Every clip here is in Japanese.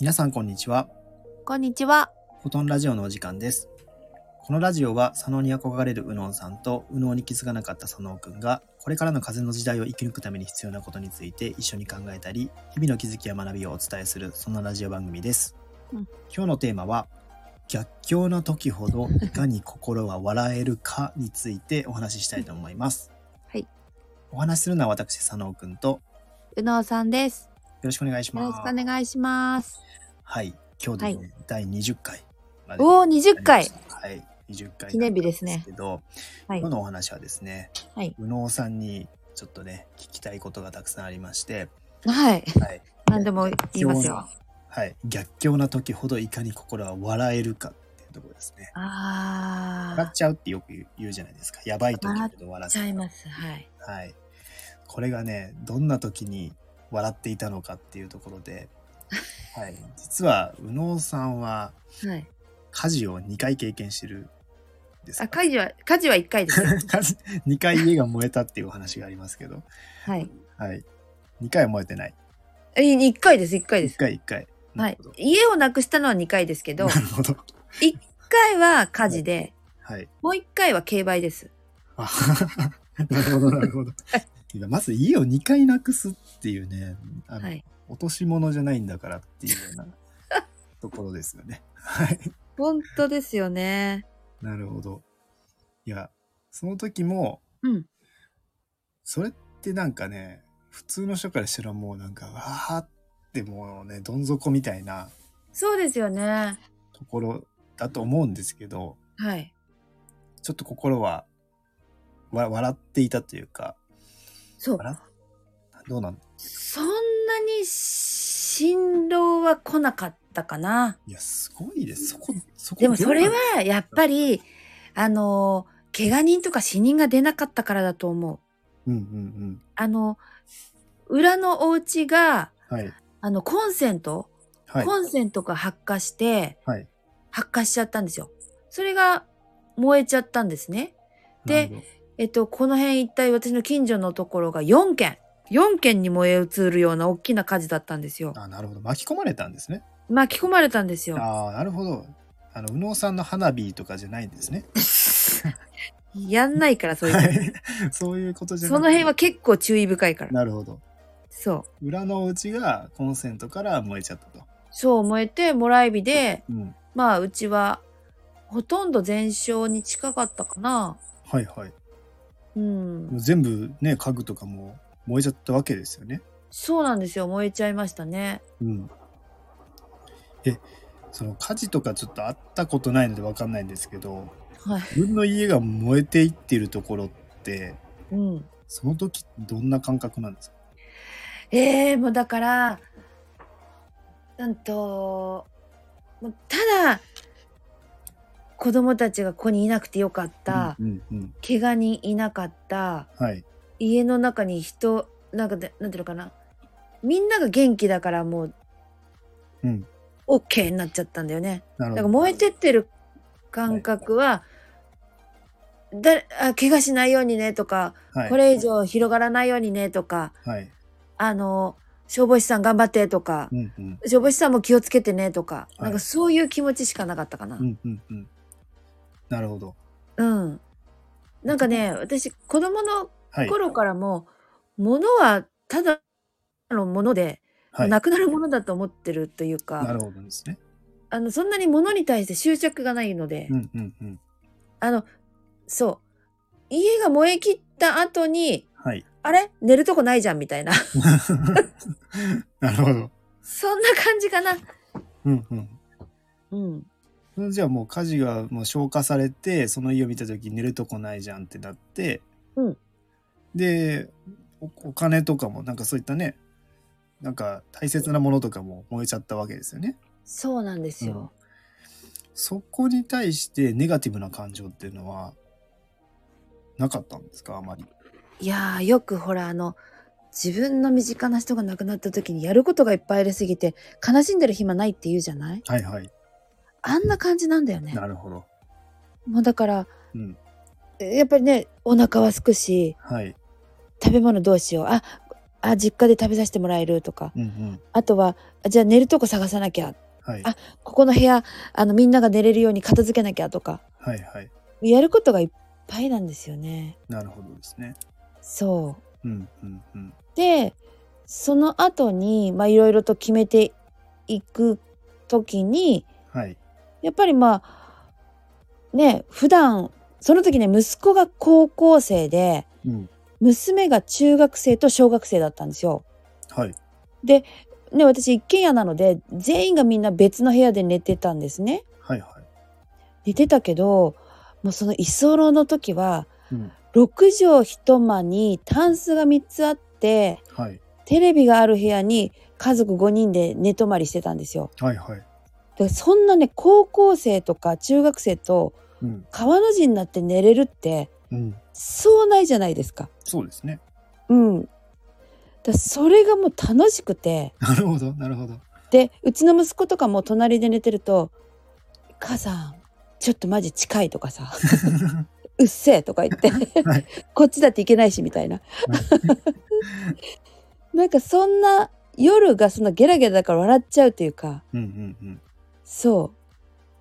皆さんこんにちは。こんにちは。フォトンラジオのお時間です。このラジオは左脳に憧れる右脳さんと右脳に気づかなかった左脳くんがこれからの風の時代を生き抜くために必要なことについて一緒に考えたり日々の気づきや学びをお伝えするそんなラジオ番組です。うん今日のテーマは逆境の時ほどいかに心は笑えるかについてお話ししたいと思います。 はい。お話しするのは私佐野くんとようのうさんです。ろしくお願いしよろましくす。お願いします。はい、今日で、ねは第20回までおお、20回。はい、20回記念日ですねけど、はい今日のお話はですね、はい。宇野さんにちょっとね、聞きたいことがたくさんありまして、はい。はい、何でも言いますよ。はい、逆境な時ほどいかに心は笑えるかっていうところですね。あ笑あっ。ちゃうってよく言う言うじゃないですか。やばい時ほど笑っちちゃゃういます。はい。はい。これがね、どんな時に笑っていたのかっていうところ で、はい、実は宇野さんははい。家事を2回経験してるんですあ、よ。家事は、家事は1回ですよ。 2回家が燃えたっていうお話がありますけど、 はい。はい。2回は燃えてない。え、1回です。1回で1す。回1回。はなるいほど。家をなくしたのは2回ですけど、なるほど。 1回は家事で、はい。もう1回は競売です。あ なるほど、なるほど。てかまず家を2回なくすっていうね、あの、はい。落とし物じゃないんだからっていうよ うなところですよね。はい。本当ですよね。なるほど。いや、その時も、うん。それってなんかね、普通の人からしたらもうなんか、わーってもうね、どん底みたいなそうですよね。ところだと思うんですけど、はい。ちょっと心はわ笑っていたというか、そう。笑っどうなんそんなに振動は来なかったかな。いや、すごいです。そこ、そこでもそれどうはやっぱり、あの、怪我人とか死人が出なかったからだと思う。なんうんあの、裏のお家が、うんうん。はい。あの、コンセント、はい。コンセントが発火して、はい。発火しちゃったんですよ。それが燃えちゃったんですね。でなるえっと、この辺一帯私の近所のところが4軒、4軒に燃え移るような大きな火事だったんですよほど、。あ、なるほど。巻き込まれたんですね。巻き込まれたんですよ。ああ、なるほど。あの、右脳さんの花火とかじゃないんですね。やんないから、そ ういうはの。い。そういうことじゃそなくのて辺は。結構注意深いから。なるほど。そう。裏のお家がコンセントから燃えちゃったと。そう燃えて、もらい火で、うん。まあ、うちは、ほとんど全焼に近かったかな。はいはい。うん。全部ね、家具とかも燃えちゃったわけですよね。そうなんですよ。燃えちゃいましたね。うん。え、その火事とかちょっと会ったことないのでわかんないんですけど、はい。自分の家が燃えていってるところって、うん。その時どんな感覚なんですかええもうだから、なんと、もうただ、子供たちがここにいなくてよかった。うんうんうん。怪我人いなかった。はい。家の中に人なんかでなんていうのかなみんなが元気だからもううん。 OK になっちゃったんだよねなるだかほらど。燃えてってる感覚は、だあ怪我しないようにねとか、はい、これ以上広がらないようにねとかはい。あの消防士さん頑張ってとか、うんうん。消防士さんも気をつけてねとか、はいなんかそういう気持ちしかなかったかな。うんうんうん。なるほど。うん、なんかね私子供のはい。頃からも、物はただのもので、はい。なくなるものだと思ってるというなかるほどですね。あのそんなに物に対して執着がないので、うんうんうん。あのそう家が燃え切った後にはい。あれ寝るとこないじゃんみたいな なるほど。そんな感じかな。うんうん。うん、それじゃあもう火事がもう消火されてその家を見た時に寝るとこないじゃんってなって、うんでおお金とかもなんかそういったねなんか大切なものとかも燃えちゃったわけですよね。そうなんですよ。そこに対してネガティブな感情っていうのはなかったんですかあまり。いやーよくほらあの自分の身近な人が亡くなった時にやることがいっぱいありすぎて悲しんでる暇ないって言うじゃないはいはい。あんな感じなんだよね。なるほど。もうだからうん。やっぱりねお腹は空くしはい。食べ物どうしようああ実家で食べさせてもらえるとかうんうん。あとはあじゃあ寝るとこ探さなきゃはい。あここの部屋あのみんなが寝れるように片付けなきゃとかはいはい。やることがいっぱいなんですよね。なるほどですね。そううんうんうん。でその後にまあいろいろと決めていく時にはい。やっぱりまあね普段その時ね息子が高校生でうん。娘が中学生と小学生だったんですよ。はい。ね私一軒家なので全員がみんな別の部屋で寝てたんですね。はいはい。寝てたけどもうその居候の時はうん。 6畳一間にタンスが3つあってはい。テレビがある部屋に家族5人で寝泊まりしてたんですよ。はいはい。でそんなね高校生とか中学生とうん。川の字になって寝れるってうん。そうないじゃないですか。そうですね。うん。だそれがもう楽しくてなるほど。なるほど。でうちの息子とかも隣で寝てると「母さんちょっとマジ近い」と かさ「うっせえ」とか言ってはい「こっちだっていけないし」みたいな。 なんかそんな夜がそんなゲラゲラだから笑っちゃうというか。うんうんうん。そう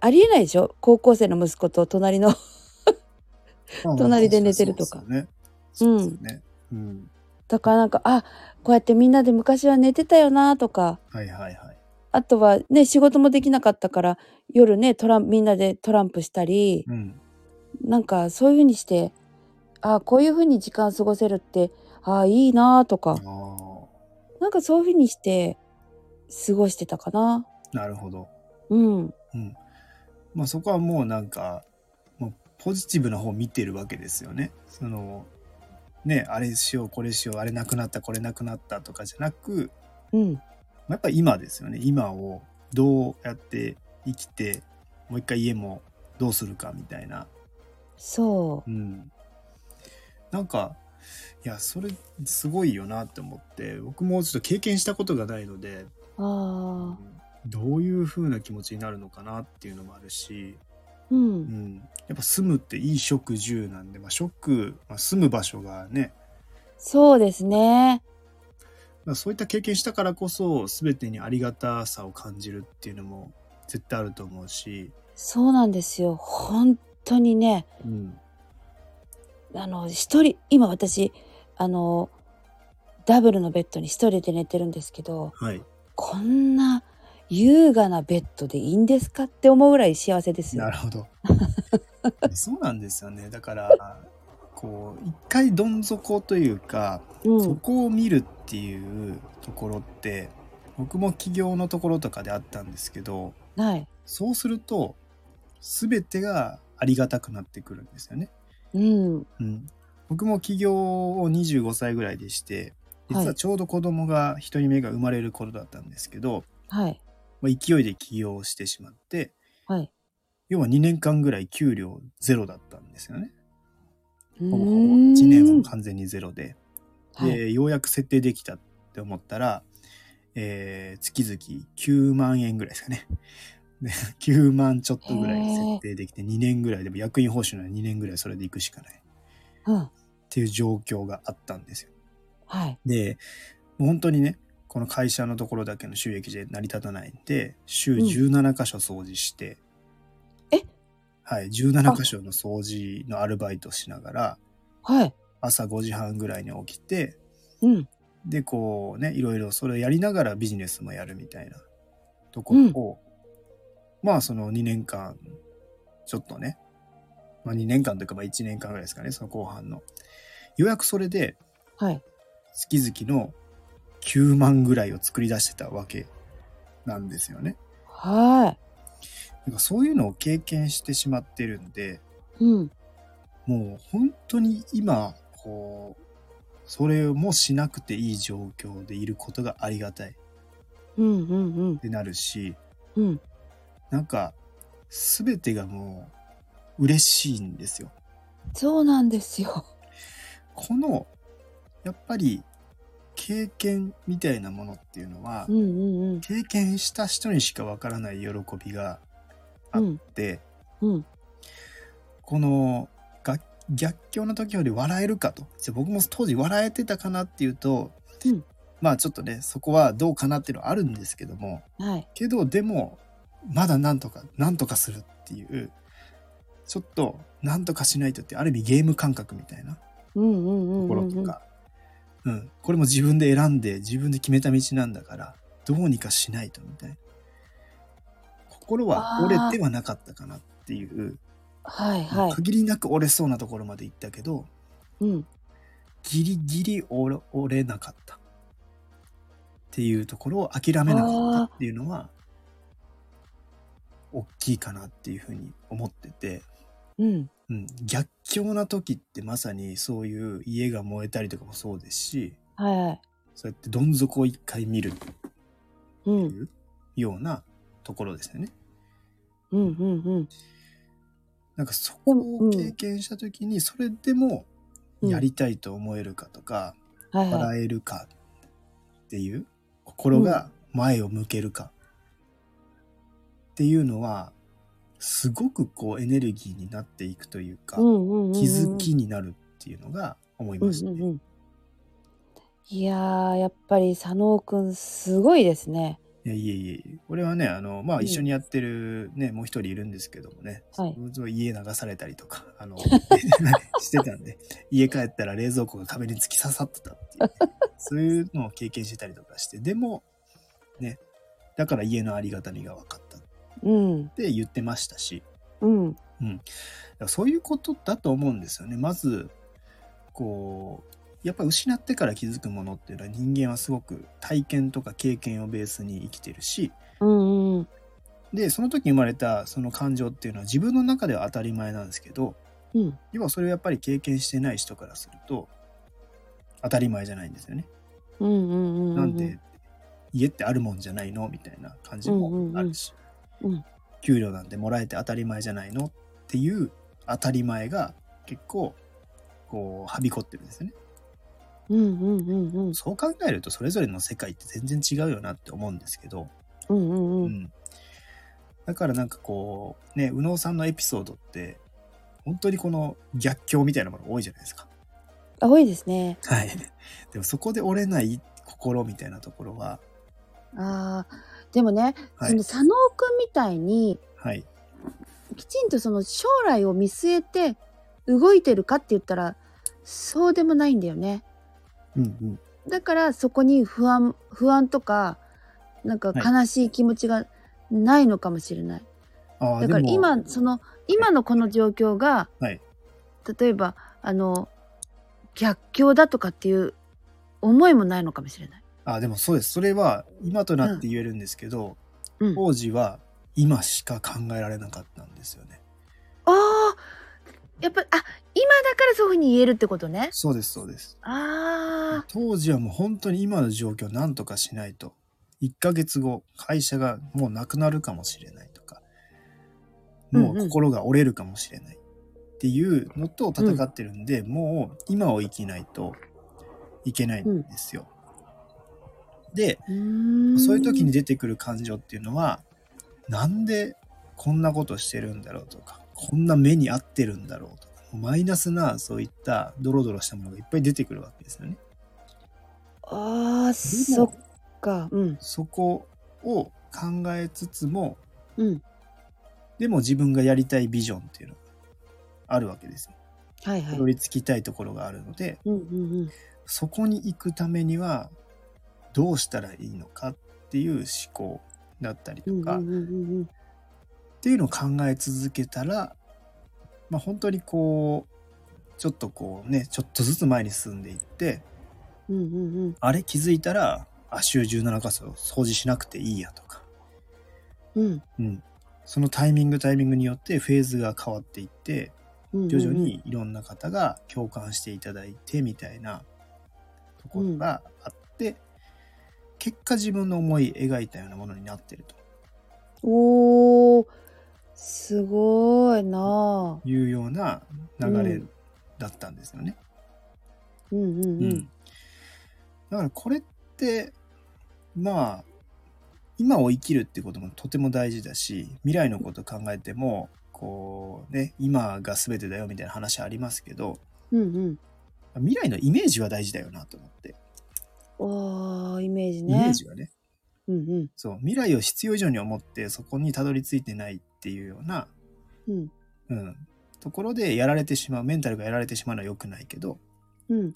ありえないでしょ高校生の息子と隣の まあまあ隣で寝てるとかそうですよね。そうですよね。うん。だからなんかあこうやってみんなで昔は寝てたよなとかはいはいはい。あとはね仕事もできなかったから夜ねトランみんなでトランプしたりうん。なんかそういう風にしてあこういう風に時間過ごせるってあいいなとあかあ。なんかそういう風にして過ごしてたかななるほど。うんうん。まあそこはもうなんか、もうポジティブな方を見てるわけですよね。その、ね、あれしよう、これしよう、あれなくなった、これなくなったとかじゃなく、うんまあやっぱ今ですよね。今をどうやって生きて、もう一回家もどうするかみたいな。そううん。なんか、いや、それすごいよなって思って、僕もちょっと経験したことがないので、あどういう風な気持ちになるのかなっていうのもあるし、ーううんん、やっぱ住むっていい食住なんで、まあ、食、まあ、住む場所がね、そうですねまあ、そういった経験したからこそ全てにありがたさを感じるっていうのも絶対あると思うし、そうなんですよ本当にねうん、あの一人今私あのダブルのベッドに一人で寝てるんですけどはいこんな優雅なベッドでいいんですかって思うぐらい幸せですよな。るほど そうなんですよねだからこう一回どん底というか、うそん、こを見るっていうところって僕も起業のところとかであったんですけどはい、そうすると全てがありがたくなってくるんですよね。うん、うん、僕も起業を25歳ぐらいでしては実はいちょうど子供が1人目が生まれる頃だったんですけど、はい、まあ、勢いで起業してしまってはい。要は2年間ぐらい給料ゼロだったんですよね。うーんほぼほぼ1年は完全にゼロでで、はい、ようやく設定できたって思ったら、えー月々9万円ぐらいですかね。 で9万ちょっとぐらい設定できて2年ぐらいでも役員報酬なら2年ぐらいそれでいくしかないっうん、ていう状況があったんですよ。はい、でもう本当にねこの会社のところだけの収益で成り立たないんで週うん17箇所掃除して、えはい17箇所の掃除のアルバイトしながらはい、朝5時半ぐらいに起きてうん、でこうねいろいろそれをやりながらビジネスもやるみたいなところを、まあその2年間ちょっとね、まあ、2年間というかまあ1年間ぐらいですかねその後半のようやくそれではい。月々の9万ぐらいを作り出してたわけなんですよね。はなんかそういうのを経験してしまってるんで、い、うん、もう本当に今、こう、それもしなくていい状況でいることがありがたいっうん、うん、うん、てなるし、うん。なんか全てがもう嬉しいんですよ。そうなんですよ。この、やっぱり経験みたいなものっていうのはう、ん、うん、経験した人にしかわからない喜びがあうんって、うん、うん、このが逆境の時より笑えるかとじゃあ僕も当時笑えてたかなっていうと、うんまあちょっとねそこはどうかなっていうのはあるんですけどもはい。けどでもまだなんとかなんとかするっていうちょっとなんとかしないとってある意味ゲーム感覚みたいなうんうんうとこんうろんうとん。か、うんこれも自分で選んで自分で決めた道なんだからどうにかしないとみたいな心は折れてはなかったかなっていう、はいはい。限りなく折れそうなところまで行ったけどうん。ギリギリ折れ折れなかったっていうところを諦めなかったっていうのは大きいかなっていうふうに思ってて、うん。うん、逆境な時ってまさにそういう家が燃えたりとかもそうですしはいはい。そうやってどん底を一回見るってうんい。うようなところですよね。うんうんうん。なんかそこでもうをん経験した時にそれでもうんやりたいと思えるかとか、はいはい。笑えるかっていう心が前を向けるかっていうのはすごくこうエネルギーになっていくというか、うんうんうんうん。気づきになるっていうのが思いましたうんうね。んうん。いやー、やっぱり佐野くんすごいですね。いやいえいえいえこれはねあの、まあ、うん一緒にやってる、ねもう一人いるんですけどもね、はいその家流されたりとか あのしてたんで家帰ったら冷蔵庫が壁に突き刺さってたっていうそういうのを経験してたりとかしてでもねだから家のありがたみが分かったっうん。て言ってましたしうん。だからそういうことだと思うんですよねまずこうやっぱ失ってから気づくものっていうのは人間はすごく体験とか経験をベースに生きてるしうんうん。でその時生まれたその感情っていうのは自分の中では当たり前なんですけどうん。要はそれをやっぱり経験してない人からすると当たり前じゃないんですよね。うんうんうんうん。なんで家ってあるもんじゃないのみたいな感じもあるし、うんうんうんうん給料なんてもらえて当たり前じゃないのっていう当たり前が結構こうはびこってるんですよね。うんうんうんうん。そう考えるとそれぞれの世界って全然違うよなって思うんですけど、うんうんう。うんん、だからなんかこうね右脳さんのエピソードって本当にこの逆境みたいなもの多いじゃないですか。あ、多いですね。はい、 でもそこで折れない心みたいなところは、あーでもね、はいその佐野くんみたいにはい、きちんとその将来を見据えて動いてるかって言ったらそうでもないんだよね。うんうん、だからそこに不安不安とかなんか悲しい気持ちがないのかもしれない。あーだからでも今その今のこの状況が、はい例えばあの逆境だとかっていう思いもないのかもしれない。あでもそうですそれは今となって言えるんですけど、うん、あ当時は今しか考えられなかったんですよねあーやっぱあ今だからそういうふうに言えるってことね。そうですそうですああ当時はもう本当に今の状況をなんとかしないと1ヶ月後会社がもうなくなるかもしれないとかもう心が折れるかもしれないっていうのと戦ってるんで、もう今を生きないといけないんですよ、でうーんそういう時に出てくる感情っていうのは、なんでこんなことしてるんだろうとか、こんな目に合ってるんだろうとか、マイナスなそういったドロドロしたものがいっぱい出てくるわけですよね。ああでもそっかうんそこを考えつつも、うんでも自分がやりたいビジョンっていうのがあるわけですよ。はいはいたどり着きたいところがあるので、うんうんそこに行くためにはどうしたらいいのかっていう思考だったりうとんうんうんか、うんうんっていうのを考え続けたら、まあ、本当にこうちょっとこうねちょっとずつ前に進んでいってうんうんうんあれ気づいたらあ週17箇所掃除しなくていいやとか、うんうん、そのタイミングタイミングによってフェーズが変わっていってうん徐々にいろんな方が共感していただいてみたいなところがあって、結果自分の思い描いたようなものになってるとおーすごいなあいうような流れだったんですよね。うんうんううんんだからこれってまあ今を生きるってこともとても大事だし未来のこと考えてもこうね今が全てだよみたいな話ありますけどうんうん未来のイメージは大事だよなと思ってあおーイメージイね。メージはねうんうんそう未来を必要以上に思ってそこにたどり着いてないっていうような、うんうん、ところでやられてしまうメンタルがやられてしまうのは良くないけどうん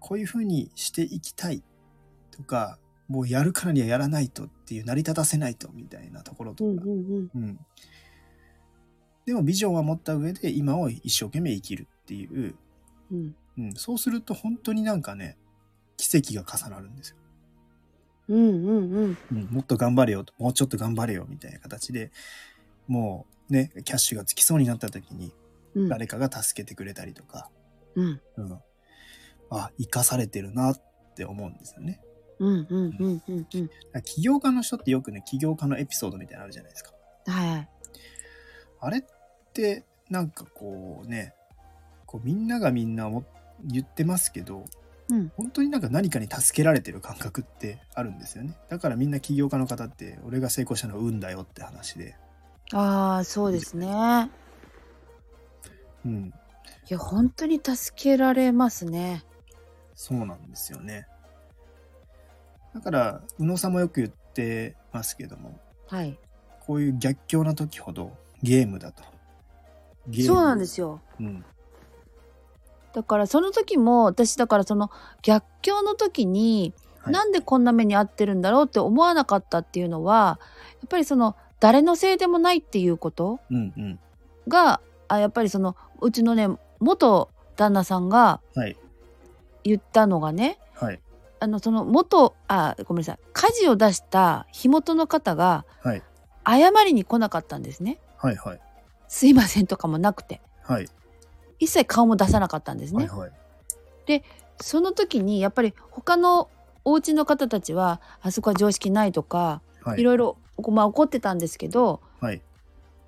こういうふうにしていきたいとかもうやるからにはやらないとっていう成り立たせないとみたいなところうとか、んうんうん、でもビジョンは持った上で今を一生懸命生きるっていう、うんうん、そうすると本当になんかね奇跡が重なるんですよ、うんうんうんうん、もっと頑張れよともうちょっと頑張れよみたいな形でもうねキャッシュがつきそうになった時にうん誰かが助けてくれたりとか、うんうん、あ生かされてるなって思うんですよねうんうんうんうんうんだから起業家の人ってよくね起業家のエピソードみたいなのあるじゃないですかはいはいあれってなんかこうねこうみんながみんなも言ってますけどうん本当になんか何かに助けられてる感覚ってあるんですよねだからみんな起業家の方って俺が成功したのは運だよって話で、ああそうですねうん、いや本当に助けられますねそうなんですよねだから宇野さんもよく言ってますけどもはいこういう逆境な時ほどゲームだとゲームそうなんですようんだからその時も私だからその逆境の時に、はいなんでこんな目に遭ってるんだろうって思わなかったっていうのはやっぱりその誰のせいでもないっていうことうんうんがあやっぱりそのうちのね元旦那さんがはい言ったのがねはいあのその元あごめんなさい火事を出した火元の方がはい謝りに来なかったんですね。はいはいすいませんとかもなくてはい一切顔も出さなかったんですね。はいはいその時にやっぱり他のお家の方たちはあそこは常識ないとかはいいろいろ、まあ、怒ってたんですけどはい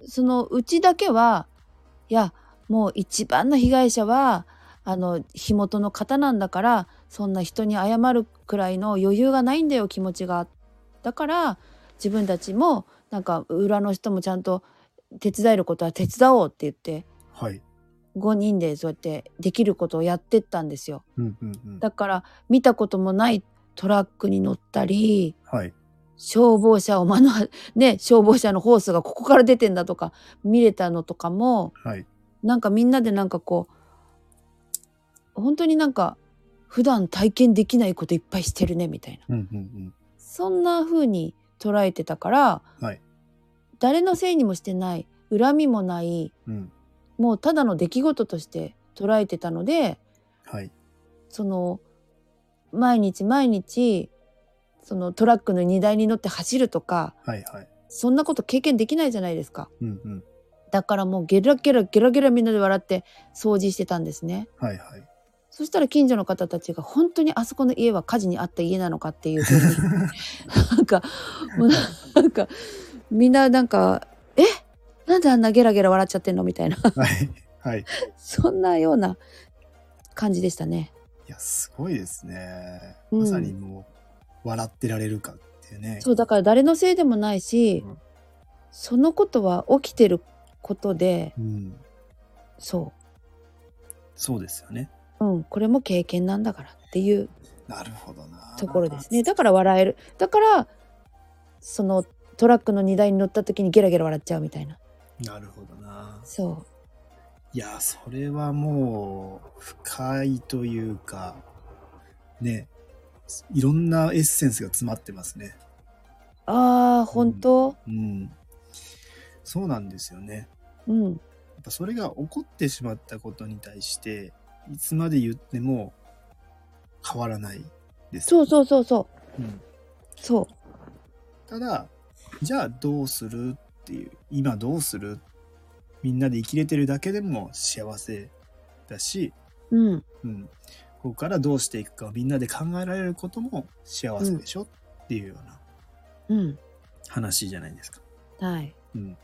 そのうちだけはいやもう一番の被害者はあの火元の方なんだからそんな人に謝るくらいの余裕がないんだよ気持ちが。だから自分たちもなんか裏の人もちゃんと手伝えることは手伝おうって言ってはい5人でそうやってできることをやってったんですよ。うんうんうんだから見たこともないトラックに乗ったりはい消防車を目の 当ね消防車のホースがここから出てんだとか見れたのとかもはいなんかみんなでなんかこう本当になんか普段体験できないこといっぱいしてるねみたいなうんうんうんそんな風に捉えてたから、はい誰のせいにもしてない恨みもないうんもうただの出来事として捉えてたのではいその毎日毎日そのトラックの荷台に乗って走るとかはいはいそんなこと経験できないじゃないですかうんうんだからもうゲラゲラゲラゲラみんなで笑って掃除してたんですねはい はいそしたら近所の方たちが本当にあそこの家は火事にあった家なのかっていうふうになんかもうなんかみんななんか「えなんであんなゲラゲラ笑っちゃってんの?」みたいなはいはいそんなような感じでしたね。いやすごいですねうんまさにもう笑ってられるかっていうねそうだから誰のせいでもないし、うんそのことは起きてることでうんそそうですよねう、うん、これも経験なんだからっていうなるほどなところですねだから笑えるだからそのトラックの荷台に乗った時にゲラゲラ笑っちゃうみたいななるほどなそいやそれはもう深いというかねいろんなエッセンスが詰まってますねうあー本当うんそうなんですよねうん、やっぱそれが起こってしまったことに対していつまで言っても変わらないですそうそうそうそううんそうただじゃあどうするっていう今どうするみんなで生きれてるだけでも幸せだし、うんうん、ここからどうしていくかをみんなで考えられることも幸せでしょ、っていうようなうん話じゃないですか。はいうん、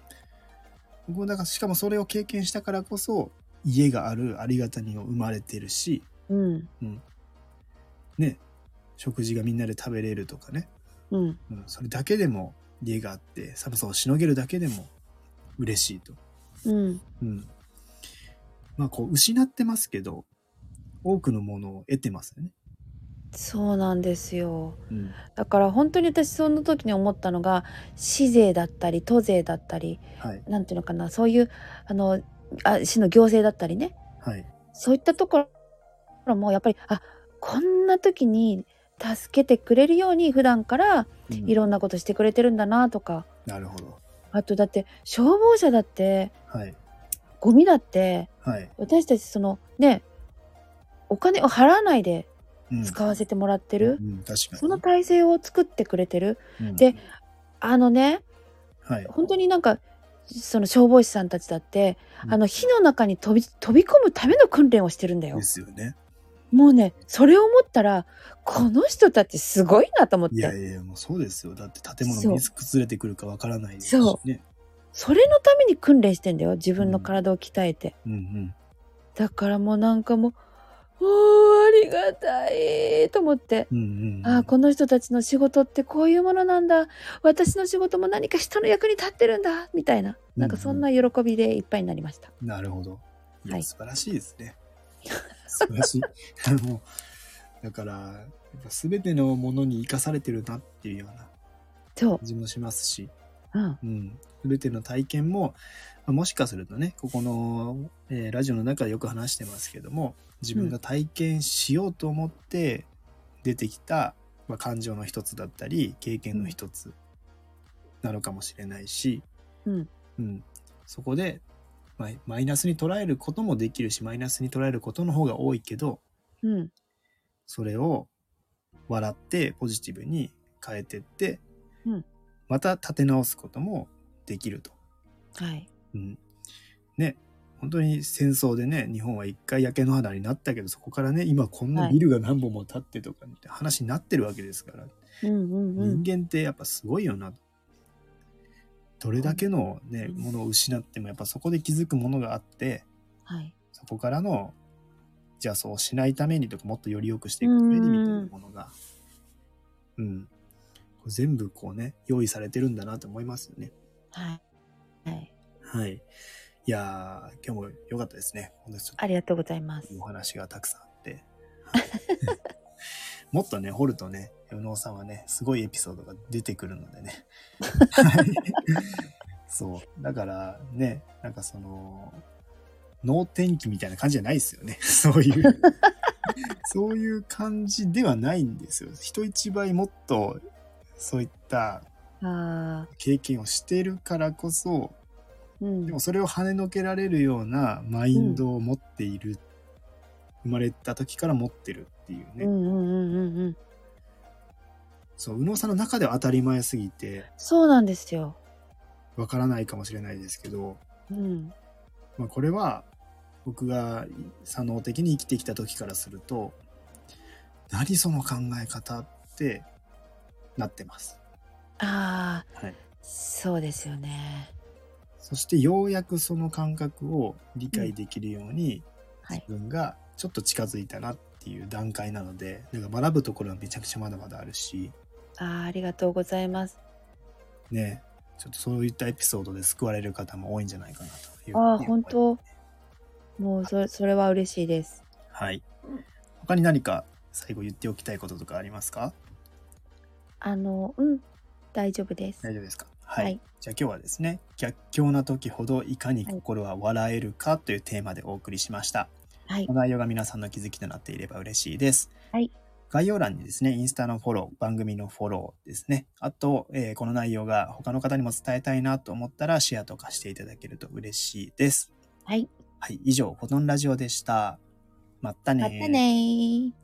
僕もだからしかもそれを経験したからこそ家があるありがたみを生まれてるし、うんね、食事がみんなで食べれるとかね、うんうん、それだけでも家があって寒さをしのげるだけでも嬉しいと、うんうん、まあこう失ってますけど多くのものを得てますよねそうなんですようんだから本当に私その時に思ったのが市税だったり都税だったりはいなんていうのかなそういうあのあ市の行政だったりねはいそういったところもやっぱりあこんな時に助けてくれるように普段からうんいろんなことしてくれてるんだなとか、なるほどあとだって消防車だってはいゴミだってはい、私たちそのねお金を払わないでうん使わせてもらってるう、んうん、確かにその体制を作ってくれてるうんであのねはい本当になんかその消防士さんたちだって、うんあの火の中に飛び飛び込むための訓練をしてるんだよで。すよねもうねそれを思ったらこの人たちすごいなと思っいやていやいやもうそうですよだって建物そう水崩れてくるかわからないですそねそれのために訓練してんだよ自分の体を鍛えて、うんうんだからもうなんかもうおーありがたいと思って、うんうんああこの人たちの仕事ってこういうものなんだ私の仕事も何か人の役に立ってるんだみたいななんかそんな喜びでいっぱいになりました、なるほど。いや、はい素晴らしいですね。素晴らしい。 あの、だから、やっぱ全てのものに生かされてるなっていうようなそ感じもしますし、う、うん、うん。全ての体験も、まあもしかするとね、ここの、えーラジオの中でよく話してますけども、自分が体験しようと思って出てきた、まあ、感情の一つだったり、経験の一つなのかもしれないし、うんうん、そこで、まあ、マイナスに捉えることもできるしマイナスに捉えることの方が多いけどうんそれを笑ってポジティブに変えてって、うんまた立て直すこともできると。はいうん、ね本当に戦争でね日本は一回焼け野原になったけどそこからね今こんなはいビルが何本も建ってとかって話になってるわけですから、うんうんうん人間ってやっぱすごいよなとどれだけの、ね、うんものを失ってもやっぱそこで気づくものがあってはいそこからのじゃあそうしないためにとかもっとより良くしていくためにみたいなものがうんこれ全部こうね用意されてるんだなと思いますよねはいはいはいいやー今日も良かったですね本当にちょっありがとうございますとお話がたくさんあってはい もっとね掘るとね宇野さんはねすごいエピソードが出てくるのでねそう。だからね、なんかその、能天気みたいな感じじゃないですよね。そういう、そういう感じではないんですよ。人一倍もっと、そういったあ経験をしてるからこそ、ーうんでもそれを跳ねのけられるようなマインドを持っている。生まれた時から持ってるっていうね。うんうんうんうんうんそう、宇野さんの中では当たり前すぎて、そうなんですよ。わからないかもしれないですけど、うん、まあ、これは僕が左脳的に生きてきた時からすると何その考え方ってなってます。ああ、はいそうですよね。そしてようやくその感覚を理解できるようには自い、分がちょっと近づいたなっていう段階なのでなんか学ぶところはめちゃくちゃまだまだあるしあーありがとうございます。ねちょっとそういったエピソードで救われる方も多いんじゃないかなというああ、ふうに思い本ます当。もうそれ、それは嬉しいです。はい他に何か最後言っておきたいこととかありますかあの、うん、大丈夫です。大丈夫ですかはい、はいじゃあ今日はですね逆境な時ほどいかに心は笑えるかというテーマでお送りしました、はいこ、の内容が皆さんの気づきとなっていれば嬉しいです、はい概要欄にですねインスタのフォロー番組のフォローですねあと、えーこの内容が他の方にも伝えたいなと思ったらシェアとかしていただけると嬉しいですはい、はい以上フォトンラジオでしたまったねまたねー。